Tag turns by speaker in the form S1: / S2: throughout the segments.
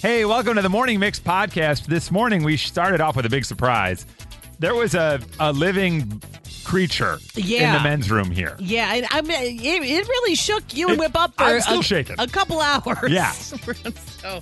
S1: Hey, welcome to the Morning Mix podcast. This morning we started off with a big surprise. There was a, a living creature in
S2: Yeah.
S1: the men's room here.
S2: Yeah, and I mean, it, it really shook you and
S1: It-
S2: Whip up for
S1: I'm still
S2: a,
S1: shaken.
S2: a couple hours.
S1: Yeah.
S2: so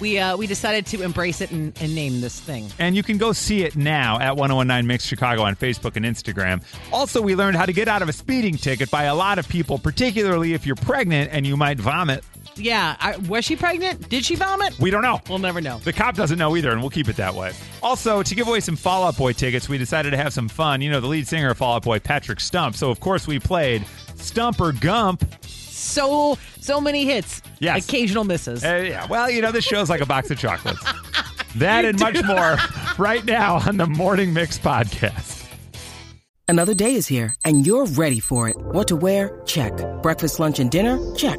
S2: we uh, we decided to embrace it and, and name this thing.
S1: And you can go see it now at 1019 Mix Chicago on Facebook and Instagram. Also, we learned how to get out of a speeding ticket by a lot of people, particularly if you're pregnant and you might vomit.
S2: Yeah, I, was she pregnant? Did she vomit?
S1: We don't know.
S2: We'll never know.
S1: The cop doesn't know either, and we'll keep it that way. Also, to give away some Fall Out Boy tickets, we decided to have some fun. You know, the lead singer of Fall Out Boy, Patrick Stump. So, of course, we played Stump or Gump.
S2: So so many hits.
S1: Yes.
S2: Occasional misses.
S1: Uh, yeah. Well, you know, this show's like a box of chocolates. That and much more right now on the Morning Mix podcast.
S3: Another day is here, and you're ready for it. What to wear? Check. Breakfast, lunch, and dinner? Check.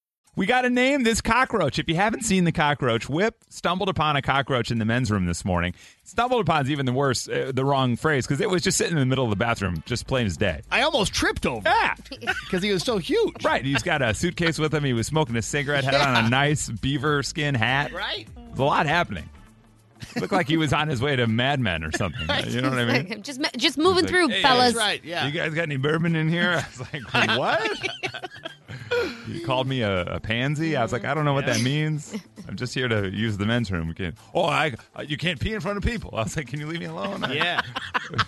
S1: We got to name this cockroach. If you haven't seen the cockroach, Whip stumbled upon a cockroach in the men's room this morning. Stumbled upon is even the worse, uh, the wrong phrase, because it was just sitting in the middle of the bathroom, just plain as day.
S4: I almost tripped over
S1: Yeah,
S4: because he was so huge.
S1: right. He's got a suitcase with him. He was smoking a cigarette, had on a nice beaver skin hat.
S4: Right.
S1: There's a lot happening. Looked like he was on his way to Mad Men or something. You know what I mean?
S5: Like, just just moving
S1: Like,
S5: through,
S1: "Hey,
S5: fellas.
S4: that's right, yeah.
S1: You guys got any bourbon in here? I was like, what? you called me a, a pansy. I was like, I don't know what that means. I'm just here to use the men's room. We can't. Oh, I. uh, You can't pee in front of people. I was like, can you leave me alone? I-
S4: Yeah.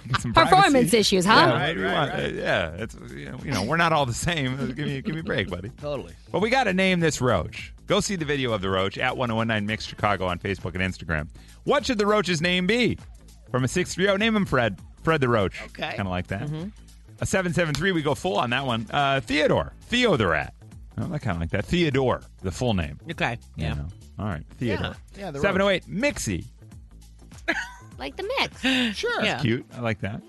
S1: get some
S5: Performance
S1: privacy.
S5: issues,
S1: Yeah,
S5: huh?
S1: whatever you want. Uh, yeah, it's you know, you know, we're not all the same. Give me give me a break, buddy.
S4: Totally.
S1: But we got to name this roach. Go see the video of the roach at 1019 Mix Chicago on Facebook and Instagram. What should the roach's name be? From a 630, name him Fred. Fred the Roach.
S4: Okay. Mm-hmm.
S1: Kind of like that. A 773, we go full on that one. Uh, Theodore. Theo the Rat. Oh, I kind of like that. Theodore, the full name.
S2: Okay.
S1: you
S2: Yeah.
S1: know. All right. Theodore.
S4: Yeah, the roach.
S1: 708, Mixie.
S5: Like the mix.
S4: Sure.
S2: Yeah.
S1: Cute. I like that.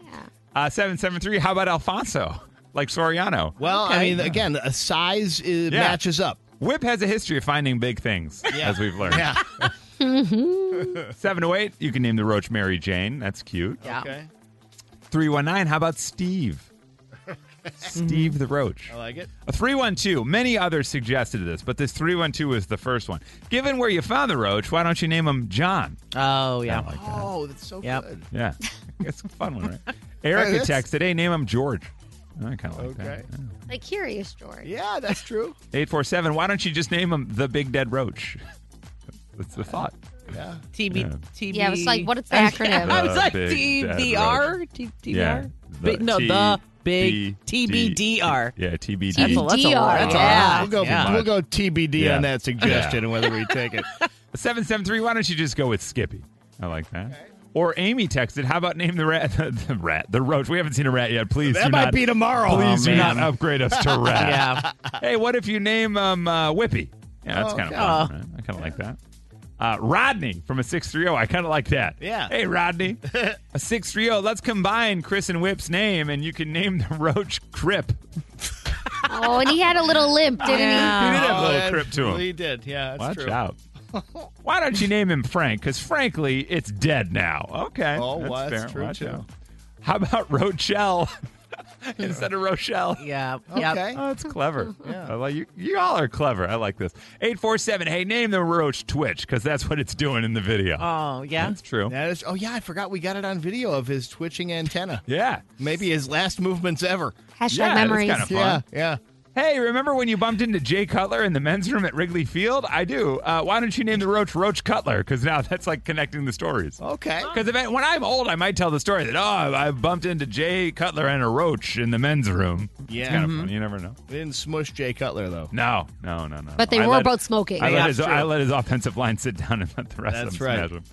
S1: Uh, 773, how about Alfonso? Like Soriano.
S4: Well, I mean, again, a size uh matches up.
S1: Whip has a history of finding big things,
S4: Yeah.
S1: as we've learned.
S4: Yeah.
S1: Seven to eight, you can name the roach Mary Jane. That's cute.
S2: Mm-hmm. Yeah.
S4: Okay.
S1: Three one nine. How about Steve? Steve the roach.
S4: Mm-hmm. I like it.
S1: A three one two. Many others suggested this, but this three one two is the first one. Given where you found the roach, why don't you name him John?
S2: Oh yeah.
S1: I like that.
S4: Oh, that's so
S2: Yep.
S4: good.
S1: Yeah, it's a fun one, right? Erica
S4: that's-
S1: texted, "Hey, name him George." I kind of like
S4: Okay.
S1: that.
S5: Like Curious George.
S4: Yeah, that's true.
S1: Eight four seven. Why don't you just name him the Big Dead Roach? That's the thought.
S4: Yeah.
S2: TB. TB.
S5: Yeah, it's like, what is the acronym?
S2: I was
S1: The
S2: like
S1: big dead
S2: TBR. T-
S1: Yeah,
S2: TBR. Big- no, the big TBDR.
S1: Yeah, TBD.
S2: That's a, that's a lot.
S5: TBDR.
S2: That's a
S5: Yeah.
S4: We'll
S2: lot.
S4: go,
S2: yeah.
S4: we'll go TBD
S1: Yeah.
S4: on that suggestion and whether we take it.
S1: 773, why don't you just go with Skippy? I like that. Or Amy texted, how about name the rat, the rat, the roach? We haven't seen a rat yet. Please
S4: That
S1: do
S4: might
S1: not-
S4: be tomorrow.
S1: Please
S4: Oh,
S1: do
S4: man.
S1: not upgrade us to rat.
S2: Yeah.
S1: Hey, what if you name um, uh, Whippy? Yeah, that's
S4: Oh,
S1: kind of
S4: okay.
S1: fun. right? I kind of like that. Uh, Rodney from a 630. I kind of like that.
S4: Yeah.
S1: Hey, Rodney. a 630. Let's combine Chris and Whip's name, and you can name the roach Crip.
S5: Oh, and he had a little limp, didn't
S1: He
S2: Yeah.
S1: did have a
S4: Oh,
S1: little
S4: that-
S1: Crip to him.
S4: He did. Yeah, that's
S1: Watch
S4: true.
S1: out. Why don't you name him Frank? Because frankly, it's dead now. Okay.
S4: Oh, well, that's true, too.
S1: How about Rochelle instead of Rochelle?
S2: Yeah. Yeah.
S4: Okay.
S1: Oh, that's clever. I like you. You all are clever. I like this. Eight four seven. Hey, name the roach Twitch because that's what it's doing in the video.
S2: Oh yeah.
S1: that's true.
S4: That is, oh, yeah, I forgot we got it on video of his twitching antenna.
S1: Yeah.
S4: Maybe his last movements ever.
S5: he? Hashtag
S1: Yeah, that's
S5: memories.
S1: kind of- Fun.
S4: Yeah, yeah.
S1: Hey, remember when you bumped into Jay Cutler in the men's room at Wrigley Field? I do. Uh, why don't you name the roach Roach Cutler? Because now that's like connecting the stories.
S4: Okay.
S1: Because when I'm old, I might tell the story that, oh, I I bumped into Jay Cutler and a roach in the men's room.
S4: Yeah. Mm-hmm.
S1: It's kind of funny. You never know.
S4: They didn't smush Jay Cutler though.
S1: No, no, no, no.
S5: But
S1: no.
S5: they
S1: I
S5: were
S1: let-
S5: both smoking.
S1: I
S4: Yeah,
S1: let, his,
S4: true.
S1: I let his offensive line sit down and let the rest
S4: That's
S1: of them
S4: right.
S1: smash him.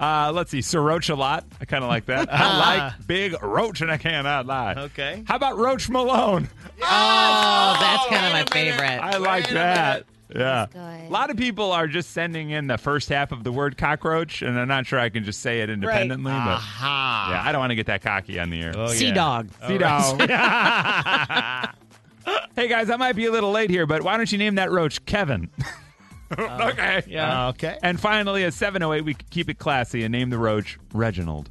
S1: Uh, let's see, Soroach a lot. I kind of like that. I like Big Roach, and I cannot lie.
S4: Ah. Okay.
S1: How about Roach Malone?
S2: Oh, that's kind of my favorite.
S1: I like that. Yeah.
S5: That's good.
S1: A lot of people are just sending in the first half of the word cockroach, and I'm not sure I can just say it independently. But yeah, I don't want to get that cocky on the air.
S4: Oh,
S2: Sea
S4: yeah.
S2: dog.
S1: See now. hey guys, I might be a little late here, but why don't you name that roach Kevin? okay.
S4: Uh, Yeah. okay.
S1: And finally, at 708, we could keep it classy and name the roach Reginald.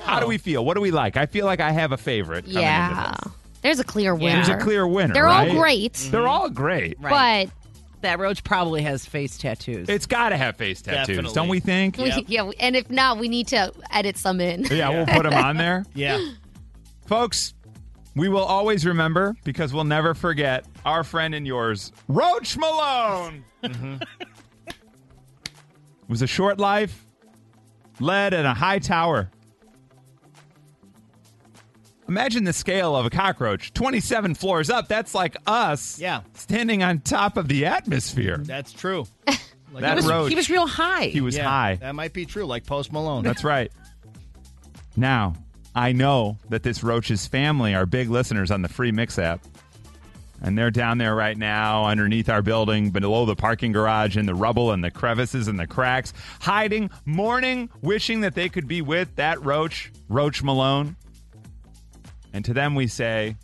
S1: How do we feel? What do we like? I feel like I have a favorite. coming into
S5: Yeah.
S1: this.
S5: There's a clear winner.
S1: There's a clear winner.
S5: They're
S1: right?
S5: all great,
S1: They're all great.
S2: Mm-hmm. Right.
S5: but
S2: That roach probably has face tattoos.
S1: It's got to have face tattoos,
S4: Definitely.
S1: don't we think?
S5: we- yeah, and if not, we need to edit some in.
S1: Yeah, we'll put them on there.
S4: Yeah.
S1: Folks, we will always remember because we'll never forget our friend and yours, Roach Malone.
S4: Mm-hmm.
S1: It was a short life, led in a high tower. Imagine the scale of a cockroach 27 floors up. That's like us
S4: Yeah.
S1: standing on top of the atmosphere.
S4: That's true. Like
S1: That
S2: he, was,
S1: roach.
S2: he was real high.
S1: He was
S4: yeah,
S1: high.
S4: That might be true, like Post Malone.
S1: That's right. Now, I know that this Roach's family are big listeners on the free mix app. And they're down there right now underneath our building, below the parking garage, in the rubble and the crevices and the cracks, hiding, mourning, wishing that they could be with that Roach, Roach Malone. And to them we say,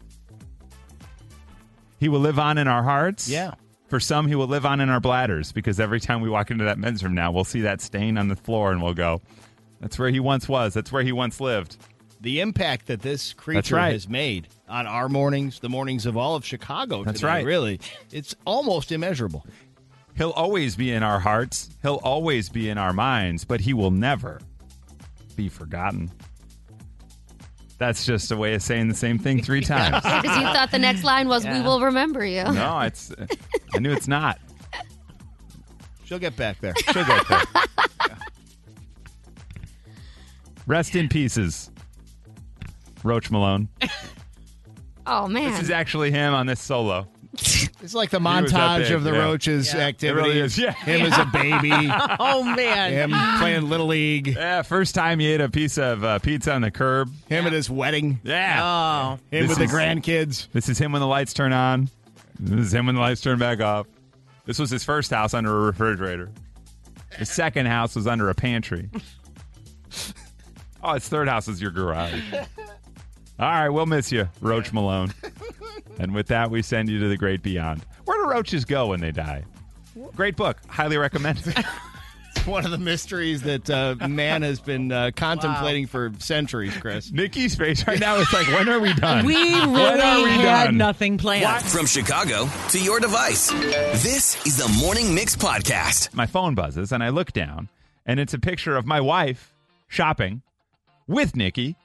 S1: He will live on in our hearts.
S4: Yeah.
S1: For some, he will live on in our bladders because every time we walk into that men's room now, we'll see that stain on the floor and we'll go, That's where he once was. That's where he once lived.
S4: the impact that this creature
S1: right.
S4: has made on our mornings, the mornings of all of Chicago.
S1: That's
S4: today,
S1: right.
S4: Really, it's almost immeasurable.
S1: He'll always be in our hearts. He'll always be in our minds, but he will never be forgotten. That's just a way of saying the same thing three times.
S5: Because you thought the next line was, "We will remember you."
S1: No, it's I knew it's not.
S4: She'll get back there.
S1: She'll get there. Rest in pieces. Roach Malone.
S5: Oh man,
S1: This is actually him on this solo.
S4: It's like the
S1: was that
S4: montage
S1: big,
S4: of the
S1: yeah.
S4: roaches activities.
S1: It really is, yeah.
S4: Him as a baby,
S2: oh man.
S4: him playing little league, him
S1: Yeah, first time he ate a piece of uh, pizza on the curb.
S4: at his wedding,
S1: Yeah.
S2: Oh.
S4: him
S1: This
S4: with the
S1: is-
S4: grandkids.
S1: This is him when the lights turn on. This is him when the lights turn back off. This was his first house under a refrigerator. His second house was under a pantry. oh, his third house is your garage. All right, we'll miss you, Roach Malone. And with that, we send you to the great beyond. Where do roaches go when they die? Great book. Highly recommended.
S4: It's one of the mysteries that uh, man has been uh, contemplating for centuries, Chris.
S1: Nikki's face right now is like, when are we done?
S2: We
S1: When are
S2: really
S1: we
S2: had
S1: done?
S2: nothing planned.
S6: From Chicago to your device, this is the Morning Mix Podcast.
S1: my phone buzzes and I look down and it's a picture of my wife shopping with Nikki.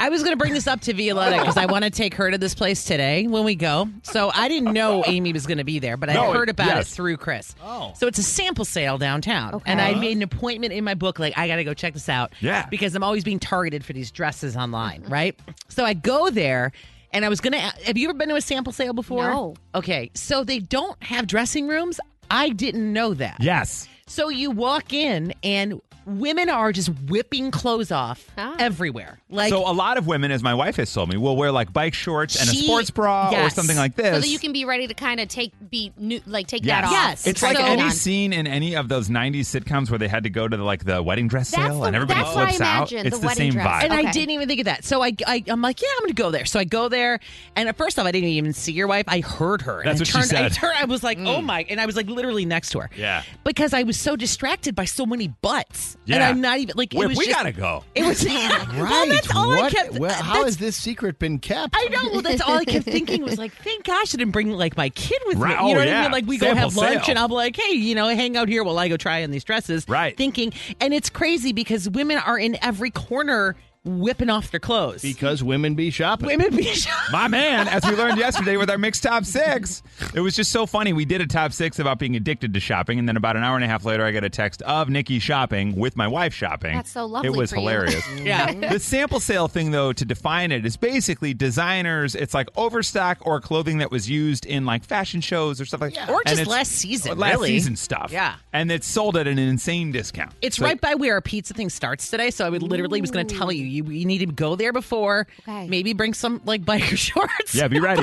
S2: I was going to bring this up to Violetta because I want to take her to this place today when we go. So I didn't know Amy was going to be there, but I
S1: No,
S2: heard about
S1: yes.
S2: it through Chris.
S4: Oh.
S2: So it's a sample sale downtown.
S5: Okay.
S2: And I made an appointment in my book, like, I got to go check this out.
S1: Yeah.
S2: Because I'm always being targeted for these dresses online, right? So I go there and I was going to. Have you ever been to a sample sale before?
S5: No.
S2: Okay. So they don't have dressing rooms. I didn't know that.
S1: Yes.
S2: So you walk in and women are just whipping clothes off
S5: Ah.
S2: everywhere. Like,
S1: so a lot of women, as my wife has told me, will wear like bike shorts and a
S2: She-
S1: sports bra or
S2: yes.
S1: something like this.
S5: so that you can be ready to kind of take be new, like take
S1: Yes.
S5: that off.
S2: Yes.
S1: It's
S5: Try
S1: like
S5: to put it
S1: any
S5: on.
S1: scene in any of those '90s sitcoms where they had to go to the, like the wedding dress
S5: That's
S1: sale
S5: the-
S1: and everybody
S5: that's what I
S1: flips out.
S5: imagined,
S1: It's
S5: the
S1: the
S5: wedding
S1: same
S5: dress.
S1: vibe.
S2: And I
S5: Okay.
S2: didn't even think of that. So I, I, I'm like, yeah, I'm going to go there. So I go there, and at first off, I didn't even see your wife. I heard her.
S1: That's
S2: and I
S1: what she
S2: turned, I
S1: said.
S2: turned. I was like,
S5: Mm.
S2: oh my! And I was like, literally next to her.
S1: Yeah.
S2: Because I was so distracted by so many butts. And
S1: Yeah.
S2: I'm not even like.
S1: Wait,
S2: it was
S1: we
S2: just-
S1: gotta go.
S2: It was right. Well, that's all
S4: what,
S2: I kept.
S4: well, how
S2: that's-
S4: has this secret been kept?
S2: I know. Well, that's all I kept thinking was like, thank gosh I didn't bring like my kid with
S1: Right.
S2: me. You know
S1: Oh,
S2: what
S1: yeah.
S2: I mean? Like we go
S1: Sample
S2: have lunch
S1: sale.
S2: and I'm like, hey, you know, hang out here while I go try on these dresses.
S1: Right.
S2: Thinking, and it's crazy because women are in every corner whipping off their clothes.
S4: Because women be shopping.
S2: Women be shopping.
S1: My man, as we learned yesterday with our mixed top six, it was just so funny. We did a top six about being addicted to shopping, and then about an hour and a half later, I got a text of Nikki shopping with my wife shopping.
S5: That's so lovely
S1: It was
S5: for you.
S1: hilarious.
S2: Yeah.
S1: the sample sale thing, though, to define it is basically designers. It's like overstock or clothing that was used in like fashion shows or stuff like that,
S2: Or just last season,
S1: last
S2: really.
S1: season stuff.
S2: Yeah.
S1: and it's sold at an insane discount.
S2: It's
S1: So-
S2: right by where our pizza thing starts today, so I would literally was going to tell you, you you need to go there before.
S5: Okay.
S2: Maybe bring some like biker shorts.
S1: Yeah, be ready.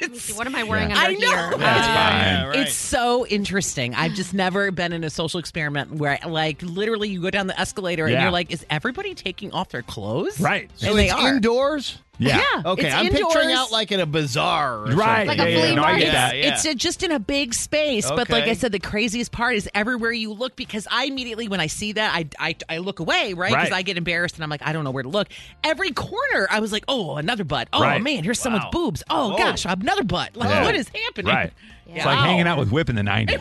S2: It's-
S5: What am I wearing
S1: Yeah.
S5: under
S2: I know.
S5: here?
S1: That's fine.
S4: Yeah, right.
S2: It's so interesting. I've just never been in a social experiment where, like, literally you go down the escalator and
S1: Yeah.
S2: you're like, is everybody taking off their clothes?
S1: Right.
S4: so
S2: and they
S4: it's
S2: are.
S4: indoors.
S1: Yeah.
S4: Okay,
S2: it's
S4: I'm picturing
S2: indoors.
S4: out like in a bazaar, or
S1: Right,
S5: Like
S4: Something.
S5: a yeah, yeah, flea no, I market. get
S4: Yeah,
S1: that.
S4: yeah.
S2: It's uh just in a big space, but like I
S4: Okay.
S2: said, the craziest part is everywhere you look because I immediately when I see that I I, I look away right because
S1: Right.
S2: I get embarrassed and I'm like I don't know where to look. Every corner I was like oh another butt oh
S1: Right.
S2: man here's someone's
S4: Wow.
S2: boobs oh
S4: Whoa.
S2: gosh another butt like
S1: Yeah.
S2: what is happening
S1: Right. It's like
S2: Wow.
S1: hanging out with Whip in the 90s. You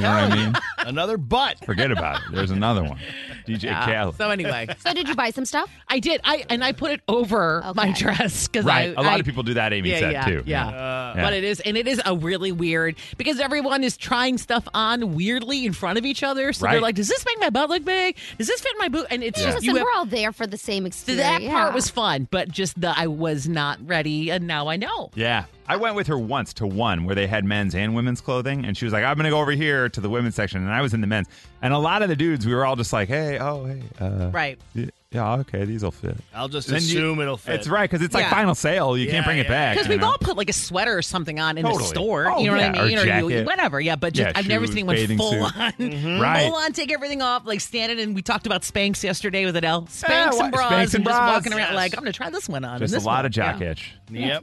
S1: know what I mean?
S4: another butt.
S1: Forget about it. There's another one. DJ
S2: Yeah.
S1: Khaled.
S2: So anyway,
S5: So did you buy some stuff?
S2: I did I and I put it over my
S5: Okay.
S2: dress because
S1: right.
S2: I,
S1: a lot
S2: I-
S1: of people do that, Amy
S2: yeah,
S1: said,
S2: yeah,
S1: too.
S2: Yeah. Uh,
S1: Yeah.
S2: But it is, and it is a really weird because everyone is trying stuff on weirdly in front of each other. So they're
S1: Right.
S2: like, "Does this make my butt look big? Does this fit my boot?" And it's just
S5: Listen,
S2: you have,
S5: we're all there for the same
S2: so
S5: experience.
S2: that
S5: yeah.
S2: part was fun, but just the I was not ready, and now I know.
S1: Yeah. I went with her once to one where they had men's and women's clothing, and she was like, I'm going to go over here to the women's section. And I was in the men's. And a lot of the dudes, we were all just like, hey, oh, hey. Uh,
S2: Right.
S1: y- Yeah, okay, these will fit.
S4: I'll just
S1: Then you-
S4: assume it'll fit.
S1: It's right, because it's like
S2: Yeah.
S1: final sale. Oh, You
S4: Yeah,
S1: can't bring it
S4: yeah.
S1: back.
S2: Because
S1: you
S2: we've
S1: know?
S2: all put like a sweater or something on in
S1: Totally.
S2: the store.
S1: Oh,
S2: you know
S1: yeah,
S2: what I
S1: or
S2: mean? you-
S1: jacket.
S2: whatever. Yeah, but just
S1: Yeah,
S2: I've never
S1: shoes,
S2: seen anyone
S1: bathing
S2: full
S1: suit. Mm-hmm.
S2: on,
S1: Right.
S2: full on take everything off, like standing. And we talked about Spanx yesterday with Adele. Spanx
S1: wha-
S2: and bras,
S1: Ah, Spanx and
S2: just
S1: bras.
S2: walking around
S4: Yes.
S2: like I'm gonna try this one on.
S1: Just
S2: and
S1: a
S2: this
S1: lot
S2: one.
S1: of jock
S2: Yeah.
S1: itch.
S4: Yep.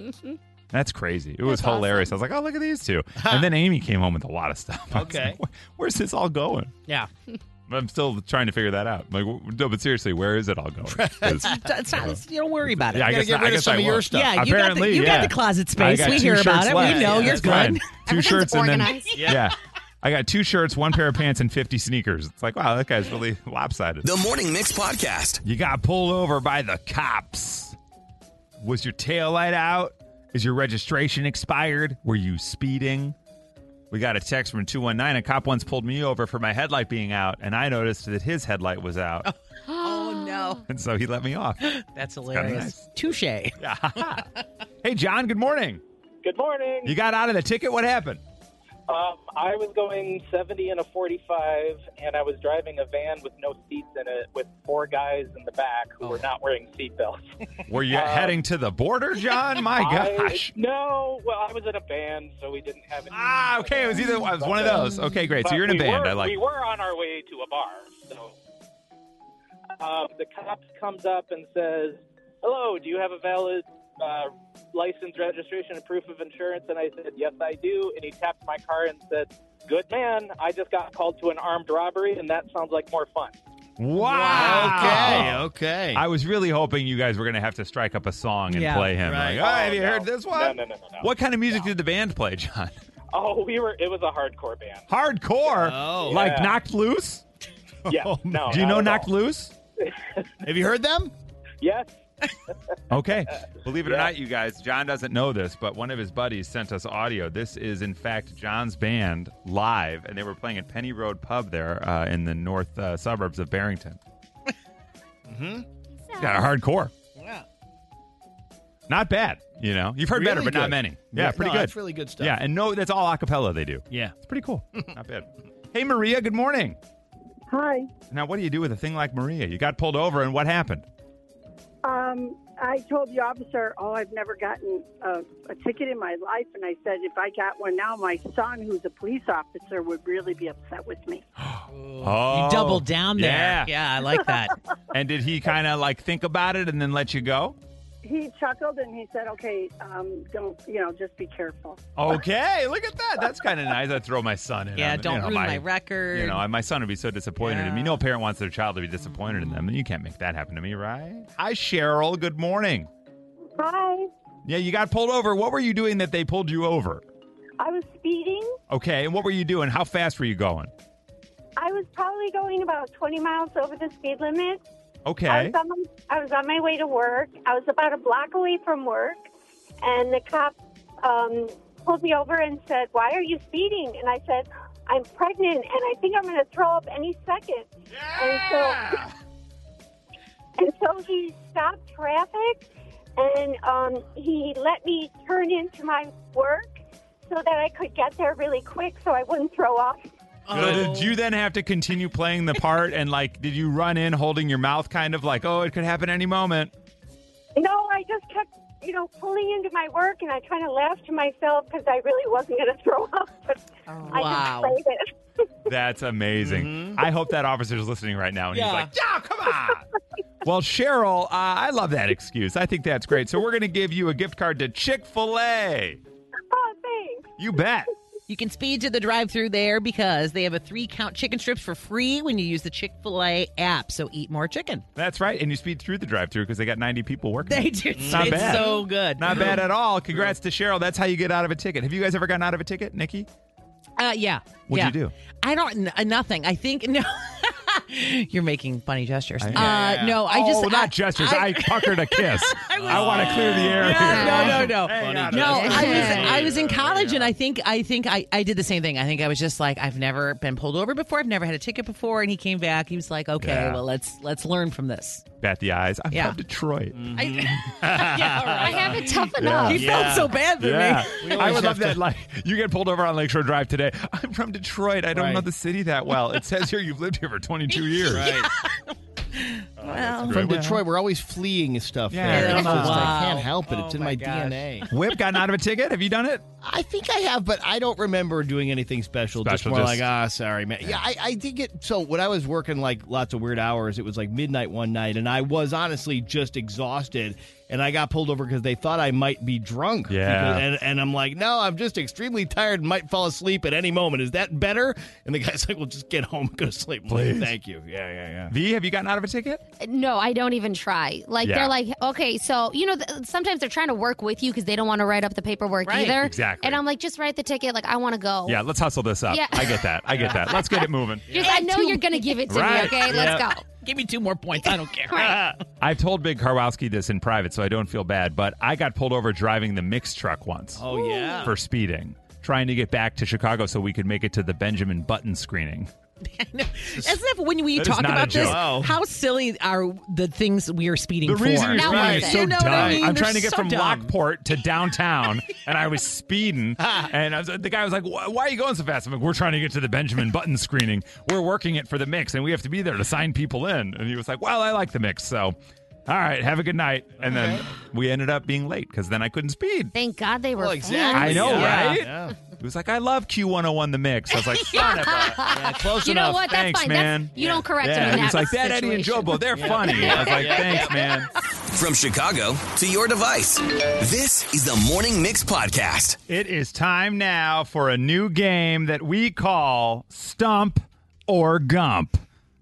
S1: That's crazy. It was
S5: That's awesome.
S1: hilarious. I was like, oh, look at these two. and then Amy came home with a lot of stuff. I was
S4: Okay.
S1: like, "Where- Where's this all going?
S2: Yeah.
S1: I'm still trying to figure that out. Like, w- no, but seriously, where is it all going? 'Cause-
S2: It's not, it's- you don't worry about it.
S1: Uh-huh. yeah, I
S4: gotta
S1: guess
S4: get
S1: not- I
S4: rid of
S1: guess
S4: some
S1: I
S4: of your
S1: won't.
S4: stuff.
S2: Yeah, you got the-
S1: Apparently,
S2: you got
S1: yeah.
S2: the closet
S1: I
S2: space.
S1: got
S2: We
S1: two
S2: hear about
S1: shirts
S2: it. We
S1: left.
S2: know. You're
S1: That's
S2: good.
S1: fine. Two
S5: Everything's
S1: shirts and then
S5: organized.
S1: yeah. I got two shirts, one pair of pants, and fifty sneakers. It's like, wow, that guy's really lopsided.
S6: The Morning Mix Podcast.
S1: You got pulled over by the cops. Was your tail light out? Is your registration expired? Were you speeding? We got a text from 219. A cop once pulled me over for my headlight being out, and I noticed that his headlight was out.
S2: Oh no,
S1: And so he let me off.
S2: that's
S1: kinda
S2: hilarious. Touche.
S1: Hey, John, good morning.
S7: Good morning.
S1: You got out of the ticket. What happened?
S7: Um, I was going 70 and a 45, and I was driving a van with no seats in it with four guys in the back who were not wearing seatbelts.
S1: Were you heading to the border, John? My gosh.
S7: Uh, I, no, well, I was in a band, so we didn't have any.
S1: Ah, okay. It was either it was one of those. Okay, great. So
S7: But
S1: you're in a
S7: we
S1: band.
S7: were-
S1: I like.
S7: We were on our way to a bar, so um, the cop comes up and says, "Hello, do you have a valid uh, license, registration, and proof of insurance?" And I said, "Yes, I do." And he tapped my car and said, "Good man, I just got called to an armed robbery, and that sounds like more fun."
S1: Wow.
S4: Okay. Okay.
S1: I was really hoping you guys were going to have to strike up a song and
S2: Yeah.
S1: play him.
S4: Right.
S1: Like, oh, have
S7: Oh,
S1: you
S7: no.
S1: heard this one?
S7: No, no, no, no, no.
S1: What kind of music did the band play, John?
S7: Oh, we were. It was a hardcore band.
S1: Hardcore.
S4: Oh.
S1: Like
S7: Yeah.
S1: Knocked Loose?
S7: Yeah. No.
S1: Do you
S7: not
S1: know
S7: at
S1: Knocked
S7: all.
S1: Loose?
S4: Have you heard them?
S7: Yes.
S1: Okay.
S4: Uh,
S1: Believe it or not, you guys, John doesn't know this, but one of his buddies sent us audio. This is, in fact, John's band live, and they were playing at Penny Road Pub there uh, in the north uh, suburbs of Barrington. mm-hmm. Got a hardcore.
S2: Wow.
S1: Not bad, you know. You've heard better,
S4: Really
S1: but not
S4: good.
S1: many. Yeah,
S4: Yeah,
S1: pretty
S4: no,
S1: good.
S4: that's really good stuff.
S1: Yeah, and no, that's all a cappella they do.
S4: Yeah.
S1: It's pretty cool. not bad. Hey, Maria, good morning.
S8: Hi.
S1: Now, what do you do with a thing like Maria? You got pulled over, and what happened?
S8: Um, I told the officer, "Oh, I've never gotten a, a ticket in my life," and I said, "If I got one now, my son, who's a police officer, would really be upset with me."
S1: Oh,
S2: You doubled down there.
S1: Yeah.
S2: I like that.
S1: And did he kind of like think about it and then let you go?
S8: He chuckled and he said, "Okay, um, don't you know? Just be careful."
S1: Okay, look at that. That's kind of nice. I'd throw my son in.
S2: Yeah,
S1: on- you
S2: don't
S1: know,
S2: ruin my record.
S1: You know, I- my son would be so disappointed in me.
S2: Yeah.
S1: No parent wants their child to be disappointed in them. You can't make that happen to me, right? Hi, Cheryl. Good morning.
S8: Hi.
S1: Yeah, you got pulled over. What were you doing that they pulled you over?
S8: I was speeding.
S1: Okay, and what were you doing? How fast were you going?
S8: I was probably going about 20 miles over the speed limit.
S1: Okay.
S8: I was, on, I was on my way to work. I was about a block away from work, and the cop um, pulled me over and said, "Why are you speeding?" And I said, "I'm pregnant, and I think I'm going to throw up any second. And so, and so he stopped traffic, and um, he let me turn into my work so that I could get there really quick, so I wouldn't throw up.
S1: So did you then have to continue playing the part and like did you run in holding your mouth kind of like oh it could happen any moment?
S8: No, I just kept, you know, pulling into my work, and I kind of laughed to myself because I really wasn't going to throw up, but
S2: Oh. Wow.
S8: I just played it.
S1: That's amazing. I hope that officer's listening right now and
S2: Mm-hmm. Yeah.
S1: he's like, "Yeah, Oh, come on." well, Cheryl, uh, I love that excuse. I think that's great. So we're going to give you a gift card to Chick-fil-A.
S8: Oh, thanks.
S1: You bet.
S2: You can speed to the drive through there because they have a three count chicken strips for free when you use the Chick fil A app. So eat more chicken.
S1: That's right. And you speed through the drive-through because they got 90 people working.
S2: They do. It's
S1: Not bad.
S2: so good.
S1: Not bad at all. Congrats to Cheryl. That's how you get out of a ticket. Have you guys ever gotten out of a ticket, Nikki?
S2: Uh, yeah.
S1: What'd you
S2: Yeah.
S1: do?
S2: I don't. N- uh, nothing. I think no. You're making funny gestures.
S1: I am.
S2: Uh, no, I
S1: oh,
S2: just
S1: not gestures. I, puckered a kiss. I, want to clear the air here.
S2: no, no, no.
S1: Hey,
S4: Funny
S1: God,
S4: joke.
S2: No,
S1: that's-
S2: I was I was in college and I think I think I, I did the same thing. I think I was just like I've never been pulled over before. I've never had a ticket before. And he came back. He was like, okay,
S1: Yeah.
S2: well let's let's learn from this.
S1: bat the eyes. I'm
S2: Yeah.
S1: from Detroit.
S2: I, yeah,
S5: I
S2: right.
S5: have it tough enough.
S2: He felt so bad for
S1: Yeah,
S2: me.
S1: I would love that. Like, you get pulled over on Lakeshore Drive today. I'm from Detroit. I don't
S4: Right.
S1: know the city that well. It says here you've lived here for 22 years.
S4: Right.
S2: Well,
S4: From Detroit, we're always fleeing stuff
S1: Yeah,
S4: there.
S1: I don't
S4: It's
S1: know
S4: just,
S2: why.
S4: I can't help it.
S2: Oh
S4: It's in
S2: my
S4: my,
S2: gosh.
S4: DNA.
S1: Whip gotten out of a ticket. Have you done it?
S4: I think I have, but I don't remember doing anything special. just
S1: Special,
S4: more
S1: just-
S4: like, ah, sorry, man. Yeah, I, I think it. So when I was working like lots of weird hours, it was like midnight one night, and I was honestly just exhausted. And I got pulled over because they thought I might be drunk.
S1: Yeah.
S4: Because- and, and I'm like, no, I'm just extremely tired and might fall asleep at any moment. Is that better? And the guy's like, well, just get home and go to sleep. I'm like,
S1: Please.
S4: Thank you. Yeah, yeah, yeah.
S1: V, have you gotten out of a ticket?
S5: No, I don't even try. Like
S1: Yeah.
S5: they're like, okay, so you know, th- sometimes they're trying to work with you because they don't want to write up the paperwork
S2: Right,
S5: either.
S1: exactly.
S5: And I'm like, just write the ticket. Like I want to go.
S1: Yeah, let's hustle this up.
S5: Yeah.
S1: I get that. I get that. Let's get it moving.
S5: Just, I know you're gonna give it to
S1: Right.
S5: me. Okay, let's
S1: Yeah.
S5: go.
S2: give me two more points. I don't care.
S1: I've told Big Karwowski this in private, so I don't feel bad, but I got pulled over driving the mix truck once
S4: Oh, yeah.
S1: for speeding, trying to get back to Chicago so we could make it to the Benjamin Button screening.
S2: I know. Isn't that when we
S1: That is
S2: talk
S1: not a
S2: about this?
S1: joke.
S4: Wow.
S2: How silly are the things we are speeding
S1: The
S2: for?
S1: reason you're
S5: Now
S1: speeding
S5: what
S1: is
S5: is
S1: so
S5: it?
S2: You know
S1: dumb.
S2: what I mean?
S1: I'm
S2: They're
S1: trying to get
S2: so
S1: from
S2: dumb.
S1: Lockport to downtown, and I was speeding. and I was, the guy was like, "Why why are you going so fast?" I'm like, "We're trying to get to the Benjamin Button screening. We're working it for the mix, and we have to be there to sign people in." And he was like, "Well, I like the mix, so all right, have a good night." And then we ended up being late because then I couldn't speed.
S5: Thank God they were.
S4: Well, exactly.
S1: I know,
S4: Yeah.
S1: right?
S4: Yeah.
S1: He was like, "I love Q101 the mix." I was like, "Son of a."
S4: Yeah, close
S5: You know
S4: enough.
S5: what? That's
S1: Thanks,
S5: fine.
S1: man.
S5: That's, you don't correct
S1: Yeah,
S5: me.
S1: he
S5: in
S1: was like that
S5: situation.
S1: Eddie and Jobo, they're funny. I was like, "Thanks, man."
S6: From Chicago to your device, this is the Morning Mix Podcast.
S1: It is time now for a new game that we call Stump or Gump.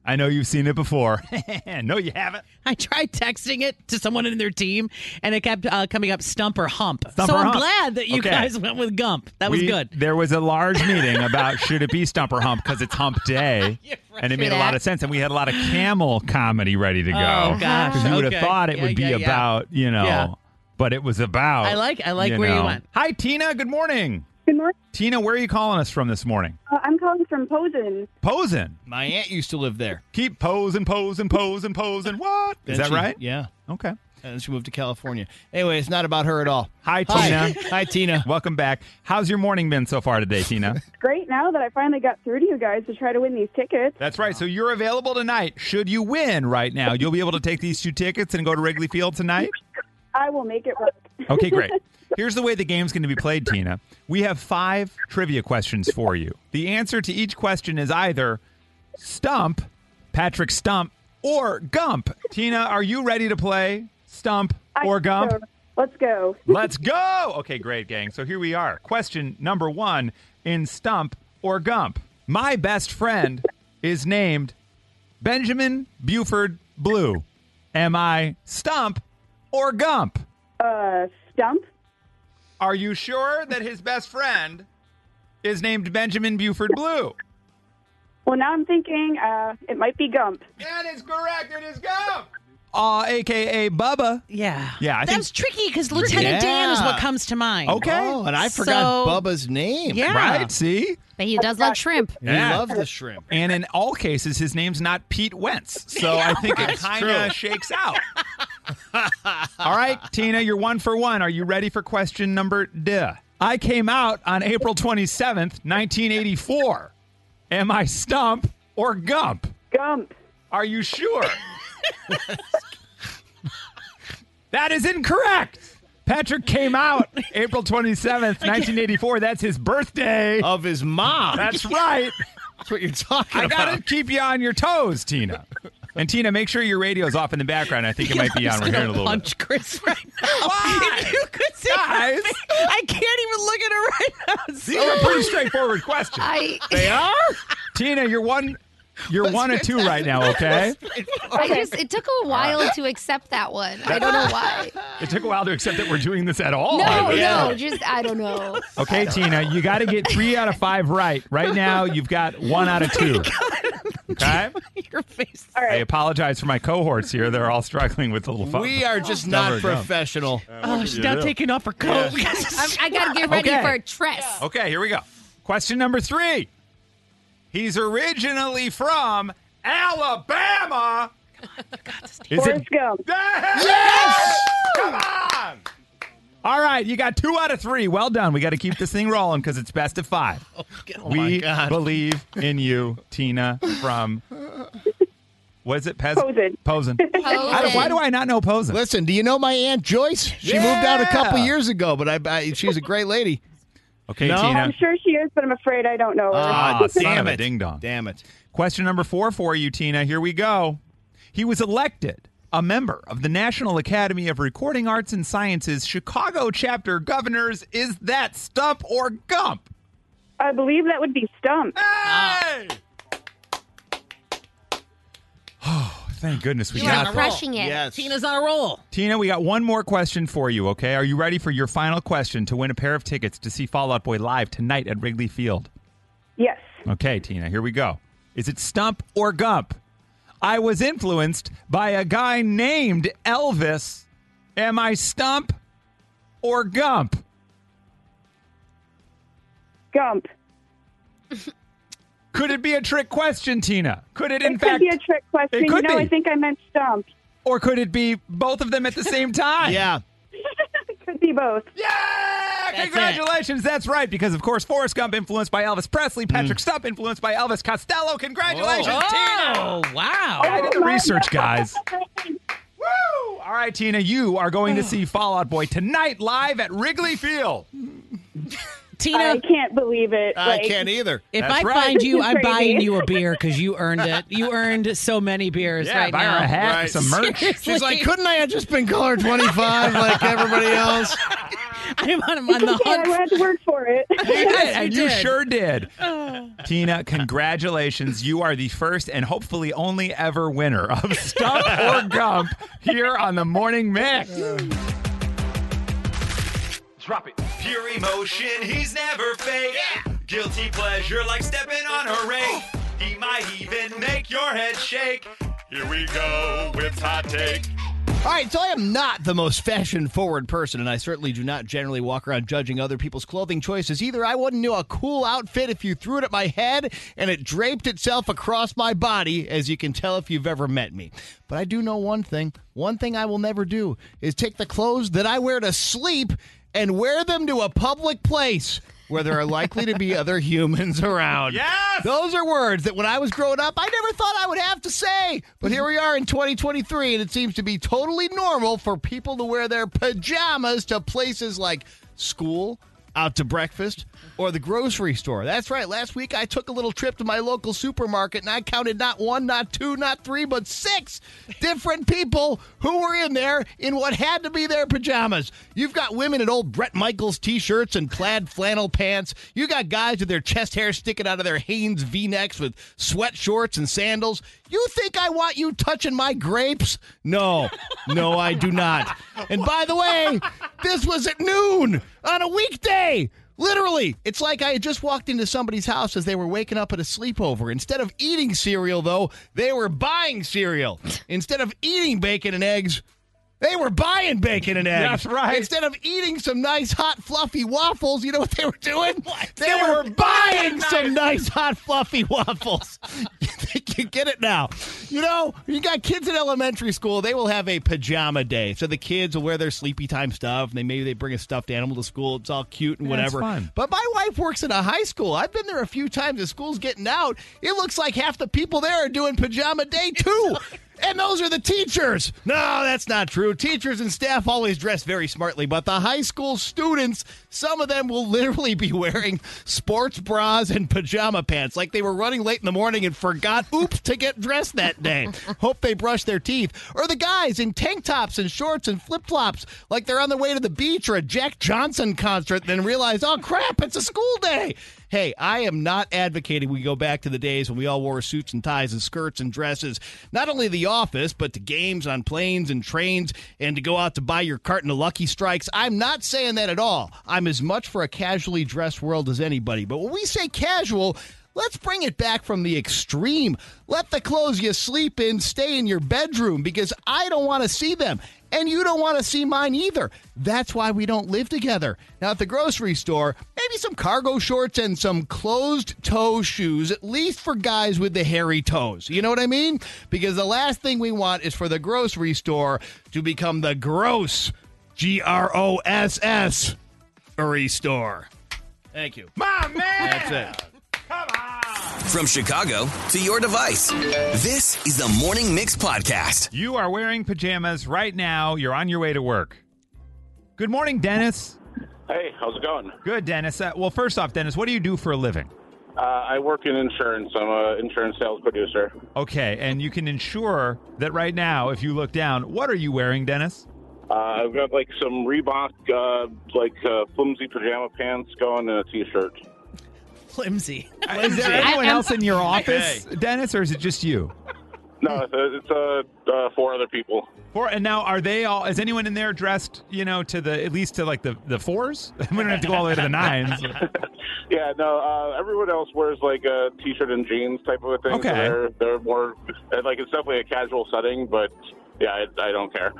S1: I know you've seen it before. no, you haven't.
S2: I tried texting it to someone in their team, and it kept uh, coming up stump or hump. so
S1: or
S2: I'm
S1: hump.
S2: glad that you
S1: Okay.
S2: guys went with Gump. That was
S1: We-
S2: good.
S1: There was a large meeting about should it be Stump or Hump because it's Hump Day. And it made a lot
S5: that.
S1: of sense. And we had a lot of camel comedy ready to go.
S2: Oh, gosh.
S1: 'Cause you would have
S2: Okay.
S1: thought it
S2: Yeah,
S1: would be
S2: yeah, yeah.
S1: about, you know,
S2: Yeah.
S1: but it was about.
S2: I like- I like where you
S1: know.
S2: went.
S1: Hi, Tina. Good morning.
S8: Good morning.
S1: Tina, where are you calling us from this morning?
S8: Uh, I'm calling from Posen.
S1: Posing.
S4: My aunt used to live there.
S1: Keep posing, posing, posing, posing. What? Is
S4: Then
S1: that
S4: she-
S1: right?
S4: Yeah.
S1: Okay.
S4: And Uh, she moved to California. Anyway, it's not about her at all.
S1: Oh, Hi, Tina.
S4: Hi, Tina.
S1: Welcome back. How's your morning been so far today, Tina?
S8: It's great now that I finally got through to you guys to try to win these tickets.
S1: That's right. So you're available tonight. Should you win right now, you'll be able to take these two tickets and go to Wrigley Field tonight.
S8: I will make it work.
S1: Okay, great. Here's the way the game's going to be played, Tina. We have five trivia questions for you. The answer to each question is either Stump, Patrick Stump, or Gump. Tina, are you ready to play Stump
S8: I-
S1: or Gump?
S8: so, let's go.
S1: Let's go. Okay, great, gang. So here we are. Question number one in Stump or Gump. My best friend is named Benjamin Buford Blue. Am I Stump or Gump?
S8: Uh, stump.
S1: Are you sure that his best friend is named Benjamin Buford Blue?
S8: Well, now I'm thinking uh, it might be Gump.
S4: That is correct. It is go.
S1: Aw, aka Bubba.
S2: Yeah.
S1: Yeah, I
S2: that
S1: think-
S2: was tricky because Lieutenant Dan is what
S4: Yeah.
S2: comes to mind.
S1: Okay.
S4: Oh, and I forgot
S2: So-
S4: Bubba's name.
S2: Yeah.
S1: Right? See?
S5: But he does love shrimp.
S4: We
S1: Yeah.
S4: love the shrimp.
S1: And in all cases, his name's not Pete Wentz. So I think it kind
S4: true.
S1: of shakes out. all right, Tina, you're one for one. Are you ready for question number D? I came out on April 27th, 1984. Am I Stump or Gump?
S8: Gump.
S1: Are you sure? that is incorrect. Patrick came out April 27th, 1984. That's his birthday.
S4: Of his mom.
S1: That's right.
S4: That's what you're talking
S1: I
S4: about.
S1: got to keep you on your toes, Tina. And Tina, make sure your radio's off in the background. I think it might be on.
S2: I'm
S1: We're
S2: just
S1: hearing a
S2: gonna
S1: little bit.
S2: punch Chris right now.
S1: Why?
S2: If you could see her
S1: Guys.
S2: face- I can't even look at her right now. It's
S1: These are pretty straightforward questions.
S5: I
S1: They are. Tina, you're one. You're one or two right now. Okay.
S5: I just it took a while to accept that one. I don't know why.
S1: It took a while to accept that we're doing this at all.
S5: No, no, just I don't know.
S1: Okay, Tina, you got to get three out of five right. Right now, you've got one out of two. Okay?
S2: your face.
S1: I apologize for my cohorts here. They're all struggling with a little fun.
S4: we are just
S1: Never
S4: not
S1: again.
S4: professional.
S2: Oh, she's now taking off her coat.
S5: I'm, I gotta get ready
S1: Okay.
S5: for a dress.
S1: Okay, here we go. Question number three. He's originally from Alabama. Is it?
S8: Forrest Gump.
S1: Yes! Come on! All right, you got two out of three. Well done. We got to keep this thing rolling because it's best of five.
S4: Oh, my
S1: we
S4: God.
S1: believe in you, Tina from. Was it Pez-
S8: Posen.
S1: Posen. I don't- why do I not know Posen?
S4: Listen, do you know my Aunt Joyce? She moved out a couple
S1: Yeah.
S4: years ago, but I, I she's a great lady.
S1: Okay,
S4: No.
S1: Tina.
S8: I'm sure she is, but I'm afraid I don't know her.
S1: Ah, son
S4: damn
S1: of a
S4: it.
S1: ding dong.
S4: Damn it.
S1: Question number four for you, Tina. Here we go. He was elected a member of the National Academy of Recording Arts and Sciences Chicago chapter governors. Is that Stump or Gump?
S8: I believe that would be Stump.
S1: Hey! Oh, thank goodness we
S5: You
S1: got
S5: are
S1: that.
S5: crushing it.
S4: Yes.
S2: Tina's on a roll.
S1: Tina, we got one more question for you, okay? Are you ready for your final question to win a pair of tickets to see Fallout Boy live tonight at Wrigley Field?
S8: Yes.
S1: Okay, Tina, here we go. Is it stump or gump? I was influenced by a guy named Elvis. Am I stump or gump?
S8: Gump.
S1: Could it be a trick question, Tina? Could it, in
S8: it
S1: fact,
S8: could be a trick question.
S1: it could
S8: you know,
S1: be.
S8: I think I meant Stump.
S1: or could it be both of them at the same time?
S4: Yeah.
S8: Could be both.
S1: Yeah!
S2: That's
S1: Congratulations. That's right, because of course Forrest Gump influenced by Elvis Presley,
S2: Hmm.
S1: Patrick Stump influenced by Elvis Costello. Congratulations, Tina!
S2: Oh, wow.
S1: I did the research, guys. Woo! All right, Tina, you are going to see Fallout Boy tonight live at Wrigley Field.
S2: Tina,
S8: I can't believe it.
S4: I
S8: Like,
S4: can't either.
S2: if
S1: That's
S2: I
S1: right.
S2: find you,
S8: This is
S2: I'm buying
S8: crazy.
S2: you a beer because you earned it. You earned so many beers
S1: yeah,
S2: right
S1: buy
S2: now.
S1: her a hat,
S4: Right.
S1: some merch.
S4: She's like, couldn't I have just been caller 25 like everybody else?
S2: I'm on, I'm on the
S8: Okay, I
S2: hunt.
S8: had to work for it.
S1: You did,
S2: you
S1: and you
S2: did. Oh.
S1: sure did. Tina, congratulations. You are the first and hopefully only ever winner of Stump or Gump here on the Morning Mix.
S7: Drop it.
S6: Pure emotion, he's never fake. Guilty pleasure, like stepping on a rake. He might even make your head shake. Here we go with Hot Take.
S4: All right, so I am not the most fashion forward person, and I certainly do not generally walk around judging other people's clothing choices either. I wouldn't know a cool outfit if you threw it at my head and it draped itself across my body, as you can tell if you've ever met me. But I do know one thing. One thing I will never do is take the clothes that I wear to sleep and wear them to a public place where there are likely to be other humans around.
S1: Yes!
S4: Those are words that when I was growing up, I never thought I would have to say. But here we are in 2023, and it seems to be totally normal for people to wear their pajamas to places like school, out to breakfast, or the grocery store. That's right. Last week, I took a little trip to my local supermarket, and I counted not one, not two, not three, but six different people who were in there in what had to be their pajamas. You've got women in old Brett Michaels t shirts and plaid flannel pants. You got guys with their chest hair sticking out of their Hanes v necks with sweat shorts and sandals. You think I want you touching my grapes? No, no, I do not. And by the way, this was at noon on a weekday. Literally, it's like I had just walked into somebody's house as they were waking up at a sleepover. Instead of eating cereal, though, they were buying cereal. Instead of eating bacon and eggs, they were buying bacon and eggs.
S1: That's right.
S4: Instead of eating some nice hot fluffy waffles, you know what they were doing? They,
S1: They
S4: were,
S1: were
S4: buying
S1: buying
S4: some nice hot fluffy waffles. you get it now. You know, you got kids in elementary school, they will have a pajama day. So the kids will wear their sleepy time stuff and they maybe they bring a stuffed animal to school. It's all cute and
S1: Yeah, it's
S4: whatever.
S1: fun.
S4: But my wife works in a high school. I've been there a few times. The school's getting out. It looks like half the people there are doing pajama day too. And those are the teachers. No, that's not true. Teachers and staff always dress very smartly, but the high school students, some of them will literally be wearing sports bras and pajama pants like they were running late in the morning and forgot, oops, to get dressed that day. Hope they brush their teeth. Or the guys in tank tops and shorts and flip flops like they're on their way to the beach or a Jack Johnson concert, then realize, oh crap, it's a school day. Hey, I am not advocating we go back to the days when we all wore suits and ties and skirts and dresses, not only the office, but to games on planes and trains and to go out to buy your carton of Lucky Strikes. I'm not saying that at all. I'm as much for a casually dressed world as anybody. But when we say casual, Let's bring it back from the extreme. Let the clothes you sleep in stay in your bedroom because I don't want to see them. And you don't want to see mine either. That's why we don't live together. Now, at the grocery store, maybe some cargo shorts and some closed toe shoes, at least for guys with the hairy toes. You know what I mean? Because the last thing we want is for the grocery store to become the gross, G R O S S, store. Thank you.
S1: My man.
S4: That's it.
S6: From Chicago to your device, this is the Morning Mix Podcast.
S1: You are wearing pajamas right now. You're on your way to work. Good morning, Dennis.
S9: Hey, how's it going?
S1: Good, Dennis. Uh, well, first off, Dennis, what do you do for a living?
S9: Uh, I work in insurance. I'm an insurance sales producer.
S1: Okay, and you can ensure that right now, if you look down, what are you wearing, Dennis?
S9: Uh, I've got like some Reebok, uh, like uh, flimsy pajama pants going and a t-shirt.
S2: Flimsy.
S1: Is there anyone else in your office,
S6: Hey.
S1: Dennis, or is it just you?
S9: No, it's, uh, it's uh, uh, four other people.
S1: Four, and now, are they all? Is anyone in there dressed, you know, to the at least to like the the fours? we don't have to go all the way to the nines.
S9: Yeah, no, uh, everyone else wears like a t-shirt and jeans type of a thing.
S1: Okay.
S9: So they're, they're more, and, like it's definitely a casual setting, but yeah, I, I don't care.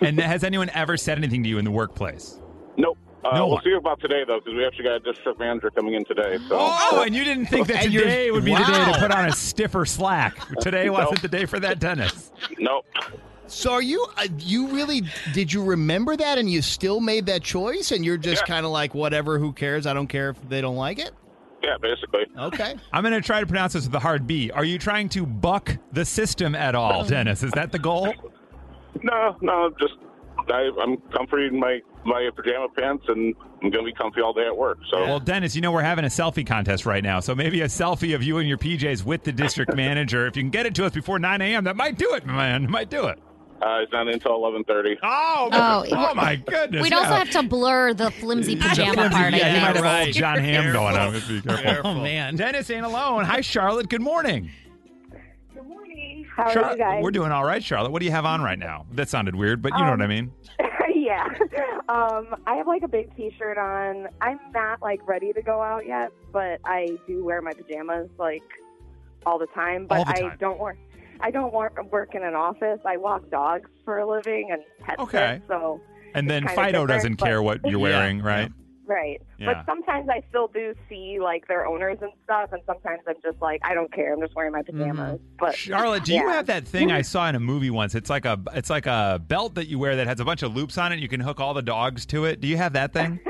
S1: and has anyone ever said anything to you in the workplace?
S9: nope. Uh,
S1: No
S9: we'll
S1: one.
S9: see about today though, because we actually got a district manager coming in today. So.
S1: Oh, and you didn't think that
S4: And you're-
S1: today would be the day
S4: Wow.
S1: to put on a stiffer slack. Today wasn't the day for that, Dennis.
S9: nope.
S4: So are you? Uh, you really? Did you remember that, and you still made that choice, and you're just kind of like, whatever, who cares? I don't care if they don't like it.
S9: Yeah, basically.
S4: Okay.
S1: I'm going to try to pronounce this with a hard B. Are you trying to buck the system at all, Dennis? Is that the goal?
S9: No, no, just I, I'm comfy in my my pajama pants, and I'm gonna be comfy all day at work. So
S1: Well, Dennis, you know we're having a selfie contest right now, so maybe a selfie of you and your PJs with the district manager. If you can get it to us before 9 a.m., that might do it, man. Might do it.
S9: uh, it's not until eleven thirty.
S1: Oh,
S5: Oh,
S1: oh my goodness.
S5: We'd
S1: yeah.
S5: also have to blur the flimsy pajama part.
S1: yeah,
S5: I
S1: you
S5: think.
S1: might have
S4: Right.
S1: old John Hamm going on. Let's be careful.
S2: Oh man.
S1: Dennis ain't alone. Hi, Charlotte. Good morning.
S8: Good morning. How are
S1: Char-
S8: you guys? Um,
S1: We're doing all right, Charlotte. What do you have on right now? That sounded weird, but you know what I mean.
S8: yeah. Um, I have like a big T-shirt on. I'm not like ready to go out yet, but I do wear my pajamas like all the time. But
S1: All the time.
S8: I don't work. I don't wor- work in an office. I walk dogs for a living and pet
S1: Okay.
S8: sit, So
S1: And then
S8: Kinda
S1: Fido
S8: different,
S1: doesn't
S8: but-
S1: care what you're
S4: Yeah.
S1: wearing, right?
S8: right.
S1: Yeah.
S8: But sometimes I still do see like their owners and stuff, and sometimes I'm just like I don't care. I'm just wearing my pajamas. But
S1: Mm-hmm. Charlotte, do you
S8: Yeah.
S1: have that thing I saw in a movie once? It's like a it's like a belt that you wear that has a bunch of loops on it. You can hook all the dogs to it. Do you have that thing?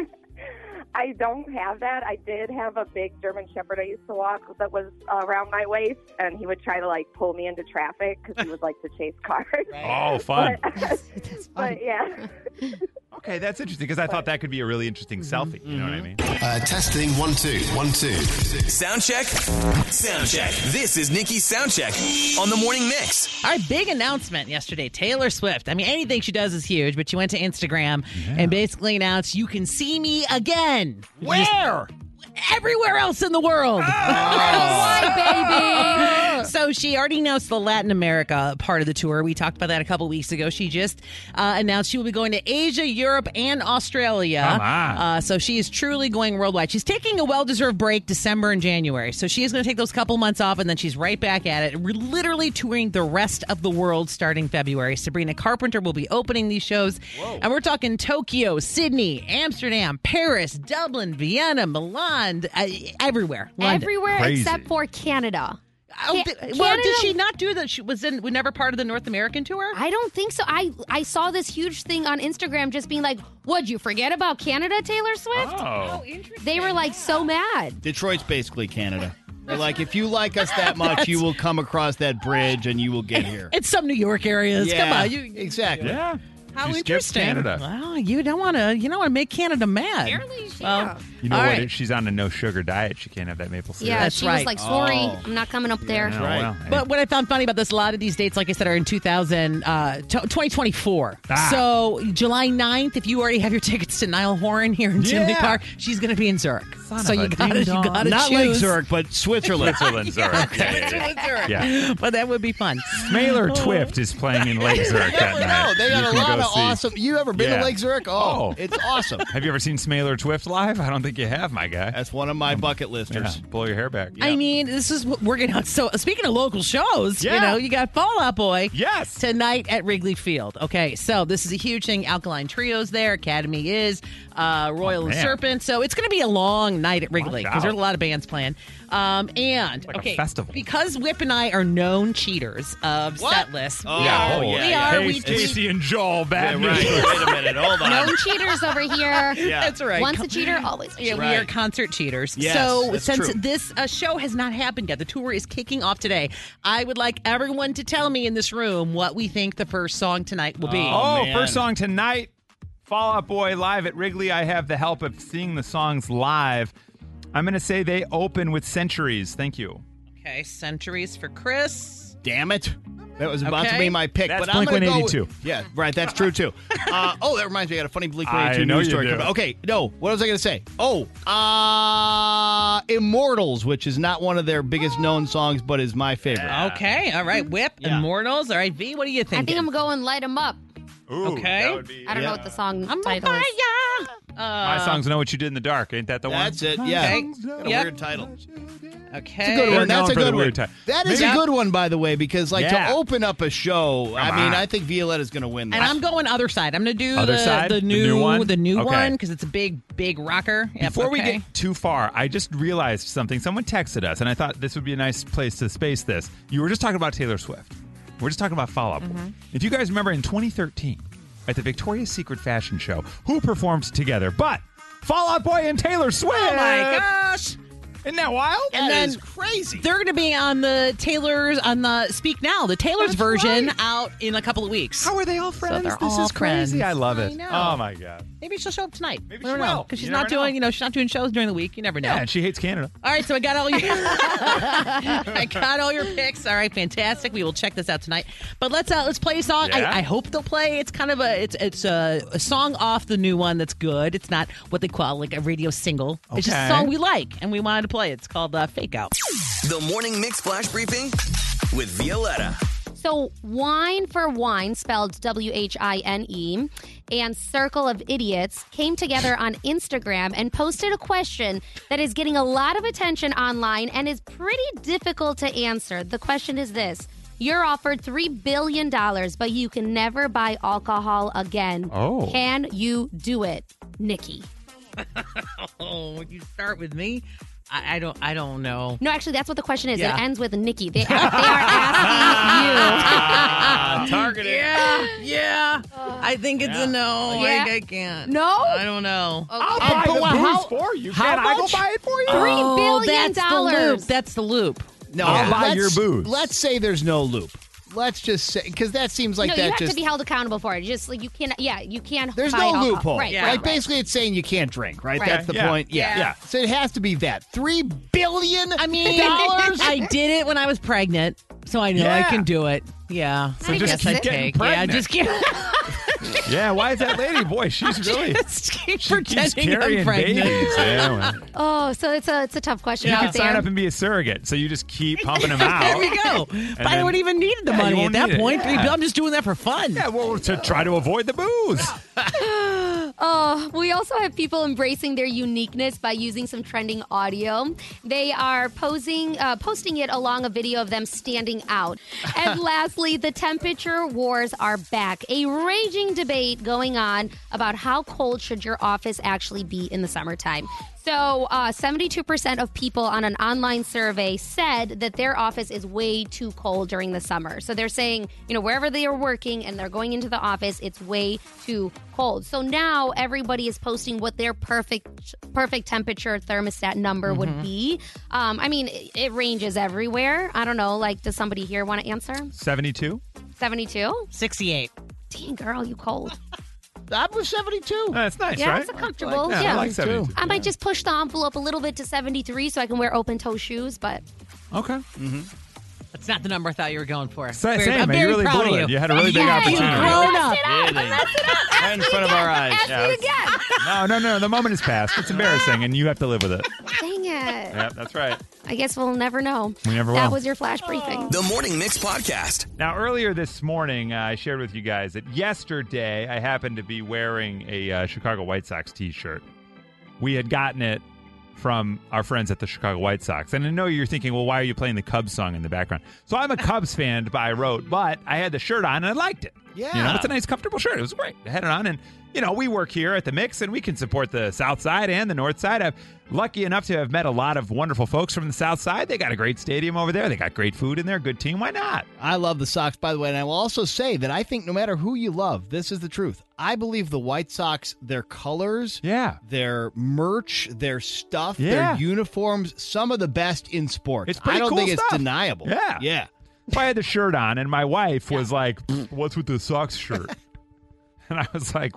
S8: I don't have that. I did have a big German Shepherd I used to walk that was uh, around my waist, and he would try to like pull me into traffic because he would like to chase cars.
S1: oh, fun.
S8: but yeah,
S1: Okay, that's interesting because I thought that could be a really interesting
S4: Mm-hmm.
S1: selfie. You know what I mean?
S10: Uh, testing one two one two.
S6: Sound check. Sound check. This is Nikki's sound check on the Morning Mix.
S2: Our big announcement yesterday Taylor Swift. I mean, anything she does is huge, but she went to Instagram and basically announced, You can see me again
S4: Where? Oh.
S2: everywhere else in the world.
S5: Why, baby?
S2: so she already announced the Latin America part of the tour. We talked about that a couple weeks ago. She just uh, announced she will be going to Asia, Europe, and Australia.
S11: Come on.
S2: Uh, so she is truly going worldwide. She's taking a well deserved break December and January. So she is going to take those couple months off and then she's right back at it. We're literally touring the rest of the world starting February. Sabrina Carpenter will be opening these shows. And we're talking Tokyo, Sydney, Amsterdam, Paris, Dublin, Vienna, Milan, uh, everywhere. London.
S5: Everywhere except for Canada.
S2: Oh, did- well, did she not do that? She was in. We never part of the North American tour.
S5: I don't think so. I I saw this huge thing on Instagram, just being like, "Would you forget about Canada, Taylor Swift?"
S4: Oh. Oh,
S5: interesting. They were like so mad.
S4: Detroit's basically Canada. They're like, if you like us that much, you will come across that bridge and you will get here.
S2: It's some New York areas. Come
S4: Yeah,
S2: on, you
S4: exactly. Yeah.
S2: How
S4: You skipped
S2: interesting.
S4: Canada.
S2: Wow, you don't want to. You don't want to make Canada mad. Apparently, well,
S1: You know
S2: all
S1: what?
S2: right.
S1: She's on a no sugar diet. She can't have that maple syrup.
S5: Yeah, she was like, "Sorry, I'm not coming up there."
S1: Oh. Yeah, well, hey.
S2: But what I found funny about this, a lot of these dates, like I said, are in 2000, uh, t- 2024.
S1: Ah.
S2: So July 9th, if you already have your tickets to Niall Horan here in Tinley
S4: Yeah.
S2: Park, she's going to be in Zurich.
S4: Son
S2: so
S4: of
S2: you
S4: a
S2: got to you
S4: ding-dong.
S2: got to
S4: Not like
S2: choose.
S4: Zurich, but Switzerland.
S1: Switzerland, Zurich. Yeah, yeah, yeah.
S2: Switzerland, Zurich.
S1: Yeah.
S2: But that would be fun. Oh.
S1: Mailer Twift is playing in Lake Zurich that night.
S4: No, Oh. they
S1: You
S4: got a
S1: can
S4: lot
S1: go
S4: of
S1: see.
S4: awesome. You ever been
S1: Yeah.
S4: to Lake Zurich? Oh,
S1: Oh.
S4: it's awesome.
S1: Have you ever seen Smaylor Twift live? I don't think you have, my guy. That's
S4: one of my bucket listers.
S1: blow your hair back.
S2: I mean, this is what we're getting out. So, speaking of local shows, you
S1: Yeah.
S2: know, you got Fallout Boy.
S1: Yes.
S2: Tonight at Wrigley Field. Okay. So, this is a huge thing. Alkaline Trio's there, Academy is, uh, Royal and
S1: Oh, man.
S2: Serpent. So, it's going to be a long night at Wrigley
S1: Watch
S2: because there's a
S1: out.
S2: lot of bands playing. Um, and,
S1: a
S2: okay.
S1: festival.
S2: Because Whip and I are known cheaters of
S1: What?
S2: set lists.
S1: Oh,
S2: we
S1: yeah.
S2: are.
S1: Oh, yeah,
S2: we
S1: yeah.
S2: are.
S1: Hey,
S2: we cheat.
S1: Stacey and Joel, bad
S4: Yeah, right.
S1: news.
S4: Wait a minute. Hold on.
S5: No cheaters over here.
S4: Yeah.
S2: That's right.
S5: Once a cheater, always a
S2: Yeah,
S5: cheater.
S2: we are concert cheaters.
S5: Yes,
S2: so
S5: that's
S2: since
S5: true.
S2: this uh, show has not happened yet, the tour is kicking off today. I would like everyone to tell me in this room what we think the first song tonight will be.
S1: Oh, first song tonight, Fall Out Boy live at Wrigley. I have the help of seeing the songs live. I'm going to say they open with Centuries. Thank you.
S2: Okay, centuries for Chris.
S4: Damn it. That was about
S2: Okay.
S4: to be my pick,
S1: That's
S4: but I'm going to go. with-
S1: Blink-182.
S4: Yeah, right. That's true too. Uh, oh, that reminds me, I got a funny Blink One Eighty
S1: I
S4: Two
S1: know
S4: news
S1: you
S4: story.
S1: do.
S4: coming- Okay, no. What was I going to say? Oh, uh, Immortals, which is not one of their biggest known songs, but is my favorite.
S2: Okay, all
S4: Hmm?
S2: right. Whip, Immortals. All right, V, what do you
S5: I
S2: think?
S5: think I'm going light them up.
S2: okay.
S5: I don't know
S1: Yeah.
S5: what the song
S2: I'm on
S5: title
S2: fire.
S5: is.
S2: Uh,
S1: My songs know what you did in the dark. Ain't that the one?
S4: That's it. Yeah.
S2: Okay.
S4: Got a
S2: Yep.
S4: weird title.
S2: Okay.
S4: That's a good one.
S1: They're
S4: That's a
S1: known for the
S4: good one.
S1: weird title.
S4: That is a
S1: Maybe-
S4: good one, by the way, because like
S1: Yeah.
S4: to open up a show. I
S1: Come
S4: mean,
S1: on.
S4: I think Violetta's going to win. This.
S2: And I'm going other side. I'm going to do
S1: Other
S2: the,
S1: side?
S2: the
S1: The
S2: new
S1: new one?
S2: the new
S1: Okay.
S2: one because it's a big big rocker. Yep,
S1: Before we
S2: okay.
S1: get too far, I just realized something. Someone texted us, and I thought this would be a nice place to space this. You were just talking about Taylor Swift. We're just talking about Fall Out Boy.
S2: Mm-hmm.
S1: If you guys remember in 2013 at the Victoria's Secret Fashion Show, who performed together but Fall Out Boy and Taylor Swift?
S2: Oh my gosh.
S1: Isn't that wild?
S2: And then
S4: crazy.
S2: They're going to be on the Taylor's on the Speak Now, the Taylor's
S1: That's
S2: version
S1: right.
S2: out in a couple of weeks.
S1: How are they all friends?
S2: they're
S1: this
S2: all
S1: is crazy.
S2: friends.
S1: I love it.
S2: I know.
S1: oh my god.
S2: Maybe she'll show up tonight. Maybe
S1: she will.
S2: because
S1: You
S2: she's not
S1: never know.
S2: doing you know she's not doing shows during the week. You never know.
S1: Yeah, and she hates Canada.
S2: All right, so I got all your I got all your picks. All right, fantastic. We will check this out tonight. But let's uh let's play a song.
S1: Yeah.
S2: I, I hope they'll play. It's kind of a it's it's a, a song off the new one that's good. It's not what they call like a radio single. It's just a
S12: Okay.
S2: song we like and we wanted to play. it. It's called uh, Fake Out.
S12: The Morning Mix Flash Briefing with Violetta.
S5: So, wine for wine, spelled W H I N E, and Circle of Idiots came together on Instagram and posted a question that is getting a lot of attention online and is pretty difficult to answer. The question is this You're offered $3 billion, but you can never buy alcohol again.
S2: Oh.
S5: Can you do it, Nikki?
S2: Oh, you start with me. I, I don't I don't know.
S5: No, actually, that's what the question is.
S2: Yeah.
S5: It ends with Nikki. They, they are asking you.
S1: Ah, Targeted.
S2: Yeah, yeah. I think it's a no.
S5: Yeah.
S2: Like I can't.
S5: No?
S2: I don't know.
S5: I'll
S1: buy the booze for you.
S2: how
S1: Can't I go
S2: much?
S1: buy it for you?
S2: Oh,
S5: billion
S2: that's the
S5: dollars.
S2: loop. That's the loop.
S4: No,
S1: I'll buy
S4: let's-
S1: your booze.
S4: Let's say there's no loop. Let's just say because that seems like
S5: no,
S4: that
S5: you have
S4: just
S5: to be held accountable for it. Just like you can't, yeah, you can't.
S4: there's
S5: buy
S4: no
S5: alcohol.
S4: loophole.
S5: Right,
S4: like
S5: right, right.
S4: basically, it's saying you can't drink. Right,
S5: Right.
S4: that's the
S5: Yeah.
S4: point. Yeah.
S5: Yeah. Yeah.
S4: so it has to be that three billion.
S2: I mean,
S4: dollars.
S2: I did it when I was pregnant, so I know I
S4: Yeah.
S2: can do it. Yeah.
S1: So
S2: I
S1: just
S2: guess I
S1: keep getting
S2: take-
S1: pregnant.
S2: Yeah, just keep.
S1: Yeah, why is that lady? Boy, she's really.
S2: Just keep
S1: She keeps
S2: pretending I'm
S1: carrying
S2: pregnant.
S1: babies. Yeah, well.
S5: Oh, so it's a it's a tough question.
S1: You
S5: out
S1: can sign
S5: there.
S1: up and be a surrogate. So you just keep pumping them out.
S2: there we go.
S1: And
S2: But I
S1: then-
S2: don't even need the
S1: Yeah,
S2: money
S1: you
S2: at
S1: won't
S2: that
S1: need it.
S2: point.
S1: Yeah.
S2: I'm just doing that for fun.
S1: Yeah, well, to try to avoid the booze.
S5: Oh, we also have people embracing their uniqueness by using some trending audio. They are posing, uh, posting it along a video of them standing out. And lastly, the temperature wars are back. A raging debate going on about how cold should your office actually be in the summertime. So, uh, 72% of people on an online survey said that their office is way too cold during the summer. So, they're saying, you know, wherever they are working and they're going into the office, it's way too cold. So, now everybody is posting what their perfect perfect temperature thermostat number would
S1: Mhm.
S5: be. Um, I mean, it, it ranges everywhere. I don't know. Like, does somebody here want to answer?
S1: 72?
S5: 72?
S2: 68.
S5: Dang, girl, you cold.
S4: I was 72.
S1: That's nice,
S5: yeah,
S1: right?
S5: it's a comfortable.
S1: Yeah, I
S5: yeah,
S1: like 72.
S5: I might just push the envelope a little bit to 73 so I can wear open toe shoes, but
S1: Okay.
S2: That's not the number I thought you were going for.
S1: Mm-hmm. Sa-
S2: Very-
S1: same,
S2: I'm
S1: man,
S2: very
S1: you really
S2: proud
S1: blew
S2: of
S1: it.
S2: you.
S1: You had a really big
S2: Yeah,
S1: opportunity.
S2: You've grown up.
S6: Right in front of our eyes.
S1: Yeah, it's- No, no, no. The moment is past. It's embarrassing, and you have to live with it.
S5: dang it.
S1: Yeah, that's right.
S5: I guess we'll never know.
S1: We never
S5: That
S1: will.
S5: was your flash briefing.
S12: The Morning Mix Podcast.
S1: Now, earlier this morning, uh, I shared with you guys that yesterday I happened to be wearing a uh, Chicago White Sox t shirt. We had gotten it from our friends at the Chicago White Sox. And I know you're thinking, well, why are you playing the Cubs song in the background? So I'm a Cubs fan by rote, but I had the shirt on and I liked it.
S4: Yeah.
S1: You know, it's a nice, comfortable shirt. It was great. I had it on. And, you know, we work here at the Mix and we can support the South Side and the North Side. I'm lucky enough to have met a lot of wonderful folks from the South Side. They got a great stadium over there, they got great food in there, good team. Why not?
S4: I love the Sox, by the way, and I will also say that I think no matter who you love, this is the truth. I believe the White Sox, their colors,
S1: yeah,
S4: their merch, their stuff,
S1: Yeah.
S4: their uniforms, some of the best in sports.
S1: It's pretty
S4: I don't
S1: cool
S4: think it's
S1: stuff.
S4: deniable.
S1: Yeah.
S4: Yeah.
S1: So I had the shirt on, and my wife was like, "Pfft, "What's with the socks shirt?" and I was like,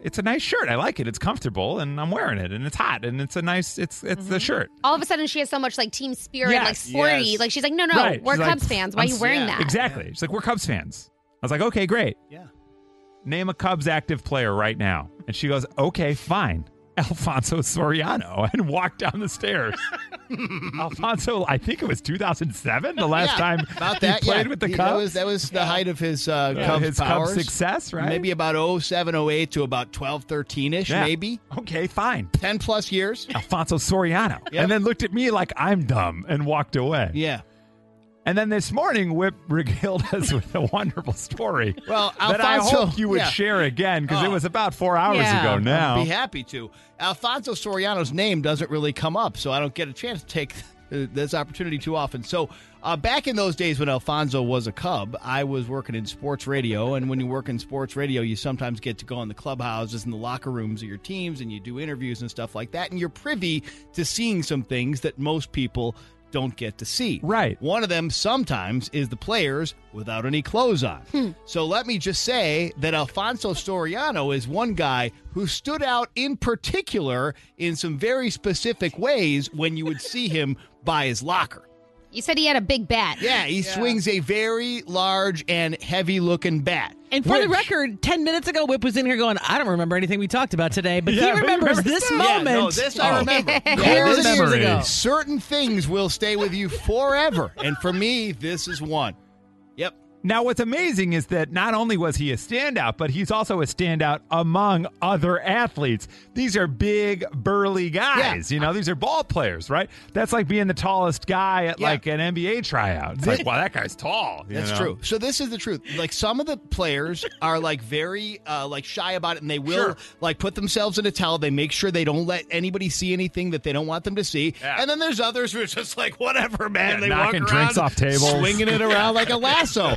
S1: "It's a nice shirt. I like it. It's comfortable, and I'm wearing it, and it's hot, and it's a nice. It's it's the shirt.
S5: All of a sudden, she has so much like team spirit,
S1: Yes.
S5: like sporty.
S1: Yes.
S5: Like she's like, no, no,
S1: Right.
S5: we're
S1: She's like,
S5: Cubs fans. Why
S1: I'm
S5: are you
S1: s-
S5: wearing that?
S1: Exactly. She's like, "We're Cubs fans." I was like, "Okay, great.
S4: Yeah.
S1: Name a Cubs active player right now." And she goes, "Okay, fine." Alfonso Soriano and walked down the stairs. Alfonso, I think it was 2007, the last
S4: Yeah.
S1: time
S4: About
S1: he
S4: that, yeah.
S1: played with the
S4: He-
S1: Cubs.
S4: That was, that was the height of his uh,
S1: Yeah,
S4: Cubs
S1: his Cubs
S4: powers.
S1: success, right?
S4: Maybe about 07, 08 to about 12, 13 ish,
S1: Yeah.
S4: maybe.
S1: Okay, fine.
S4: 10 plus years.
S1: Alfonso Soriano.
S4: Yep.
S1: And then looked at me like I'm dumb and walked away.
S4: Yeah.
S1: And then this morning, Whip regaled us with a wonderful story
S4: Well,
S1: that I
S4: Alfonso-
S1: hope you would
S4: yeah.
S1: share again because it
S4: Oh.
S1: was about four hours
S4: Yeah.
S1: ago
S4: I'd
S1: now.
S4: be happy to. Alfonso Soriano's name doesn't really come up, so I don't get a chance to take uh, this opportunity too often. So, uh, back in those days when Alfonso was a Cub, I was working in sports radio, and when you work in sports radio, you sometimes get to go in the clubhouses and the locker rooms of your teams, and you do interviews and stuff like that, and you're privy to seeing some things that most people don't get to see.
S1: Right.
S4: One of them sometimes is the players without any clothes on.
S2: Hmm.
S4: So let me just say that Alfonso Soriano is one guy who stood out in particular in some very specific ways when you would see him by his locker.
S5: You said he had a big bat.
S4: Yeah, he swings a very large and heavy looking bat.
S2: And for the
S4: Which-
S2: record, 10 minutes ago, Whip was in here going, I don't remember anything we talked about today, but he
S1: Yeah, but he
S2: remembers
S1: remembers
S2: this
S1: that.
S2: moment.
S4: Yeah, no, this I remember.
S2: Years
S4: There's
S2: and years
S1: memory.
S2: ago.
S4: Certain things will stay with you forever. And for me, this is one. Yep.
S1: Now, what's amazing is that not only was he a standout, but he's also a standout among other athletes. These are big, burly guys. You know, these are ball players, right? That's like being the tallest guy at
S4: Yeah.
S1: like an NBA tryout. It's like, wow, that guy's tall. you
S4: That's
S1: know?
S4: true. So this is the truth. Like some of the players are like very uh, like shy about it, and they will
S1: Sure.
S4: like put themselves in a towel. They make sure they don't let anybody see anything that they don't want them to see.
S1: Yeah.
S4: And then there's others who are just like whatever, man.
S1: Yeah,
S4: they
S1: knocking
S4: walk
S1: drinks
S4: around
S1: off tables.
S4: swinging it around like a lasso.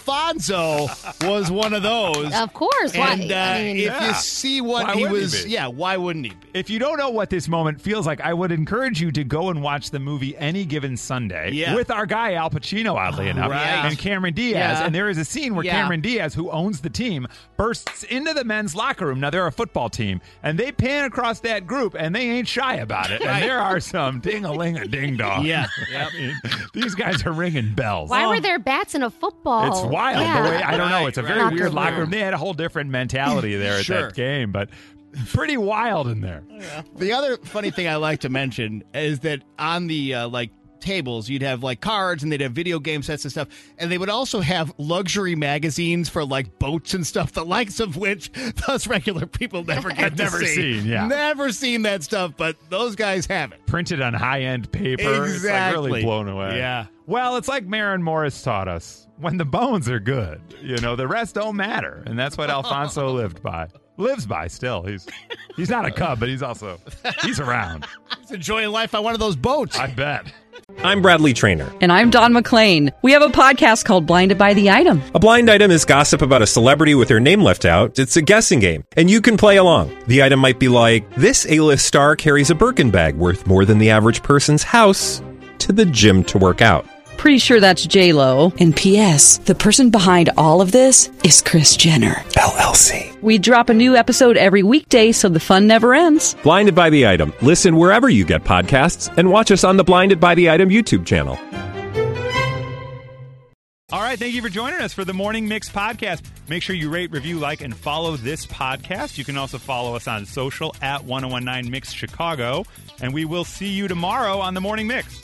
S4: Alfonso was one of those.
S5: Of course. Why?
S4: And uh,
S5: I mean,
S4: if
S1: Yeah.
S4: you see what
S1: Why
S4: he
S1: wouldn't he
S4: was,
S1: be?
S4: yeah, why wouldn't he be?
S1: If you don't know what this moment feels like, I would encourage you to go and watch the movie Any Given Sunday
S4: Yeah.
S1: with our guy Al Pacino, oddly enough,
S4: Right.
S1: and Cameron Diaz.
S2: Yeah.
S1: And there is a scene where
S2: Yeah.
S1: Cameron Diaz, who owns the team, bursts into the men's locker room. Now they're a football team, and they pan across that group, and they ain't shy about it. And there are some ding a ling a ding dong.
S4: Yeah.
S1: I mean, these guys are ringing bells.
S5: why were there bats in a football.
S1: It's wild.
S5: Yeah.
S1: The way, I don't know. It's a very
S5: Locker
S1: weird locker room. They had a whole different mentality there at
S4: Sure.
S1: that game, but pretty wild in there.
S4: Oh, The other funny thing I like to mention is that on the uh, like tables, you'd have like cards and they'd have video game sets and stuff, and they would also have luxury magazines for like boats and stuff, the likes of which us regular people never get
S1: Had
S4: to
S1: never
S4: see.
S1: seen, yeah.
S4: never seen that stuff, but those guys have it.
S1: Printed on high end paper. It's like
S4: Exactly.
S1: really blown away.
S4: Yeah.
S1: Well, it's like Marin Morris taught us when the bones are good, you know, the rest don't matter. And that's what Alfonso lived by. Lives by still. He's he's not a cub, but he's also he's around.
S4: It's enjoying life on one of those boats.
S1: I bet.
S11: I'm Bradley Trainer.
S13: And I'm Don McClain. We have a podcast called Blinded by the Item.
S11: A blind item is gossip about a celebrity with their name left out. It's a guessing game, and you can play along. The item might be like this: A-list star carries a Birkin bag worth more than the average person's house to the gym to work out.
S13: Pretty sure that's J Lo. And P.S. The person behind all of this is Chris Jenner
S11: LLC.
S13: We drop a new episode every weekday, so the fun never ends.
S11: Blinded by the item. Listen wherever you get podcasts, and watch us on the Blinded by the Item YouTube channel.
S1: All right, thank you for joining us for the Morning Mix podcast. Make sure you rate, review, like, and follow this podcast. You can also follow us oh on social at 1019 Mix Chicago, and we will see you tomorrow on the Morning Mix.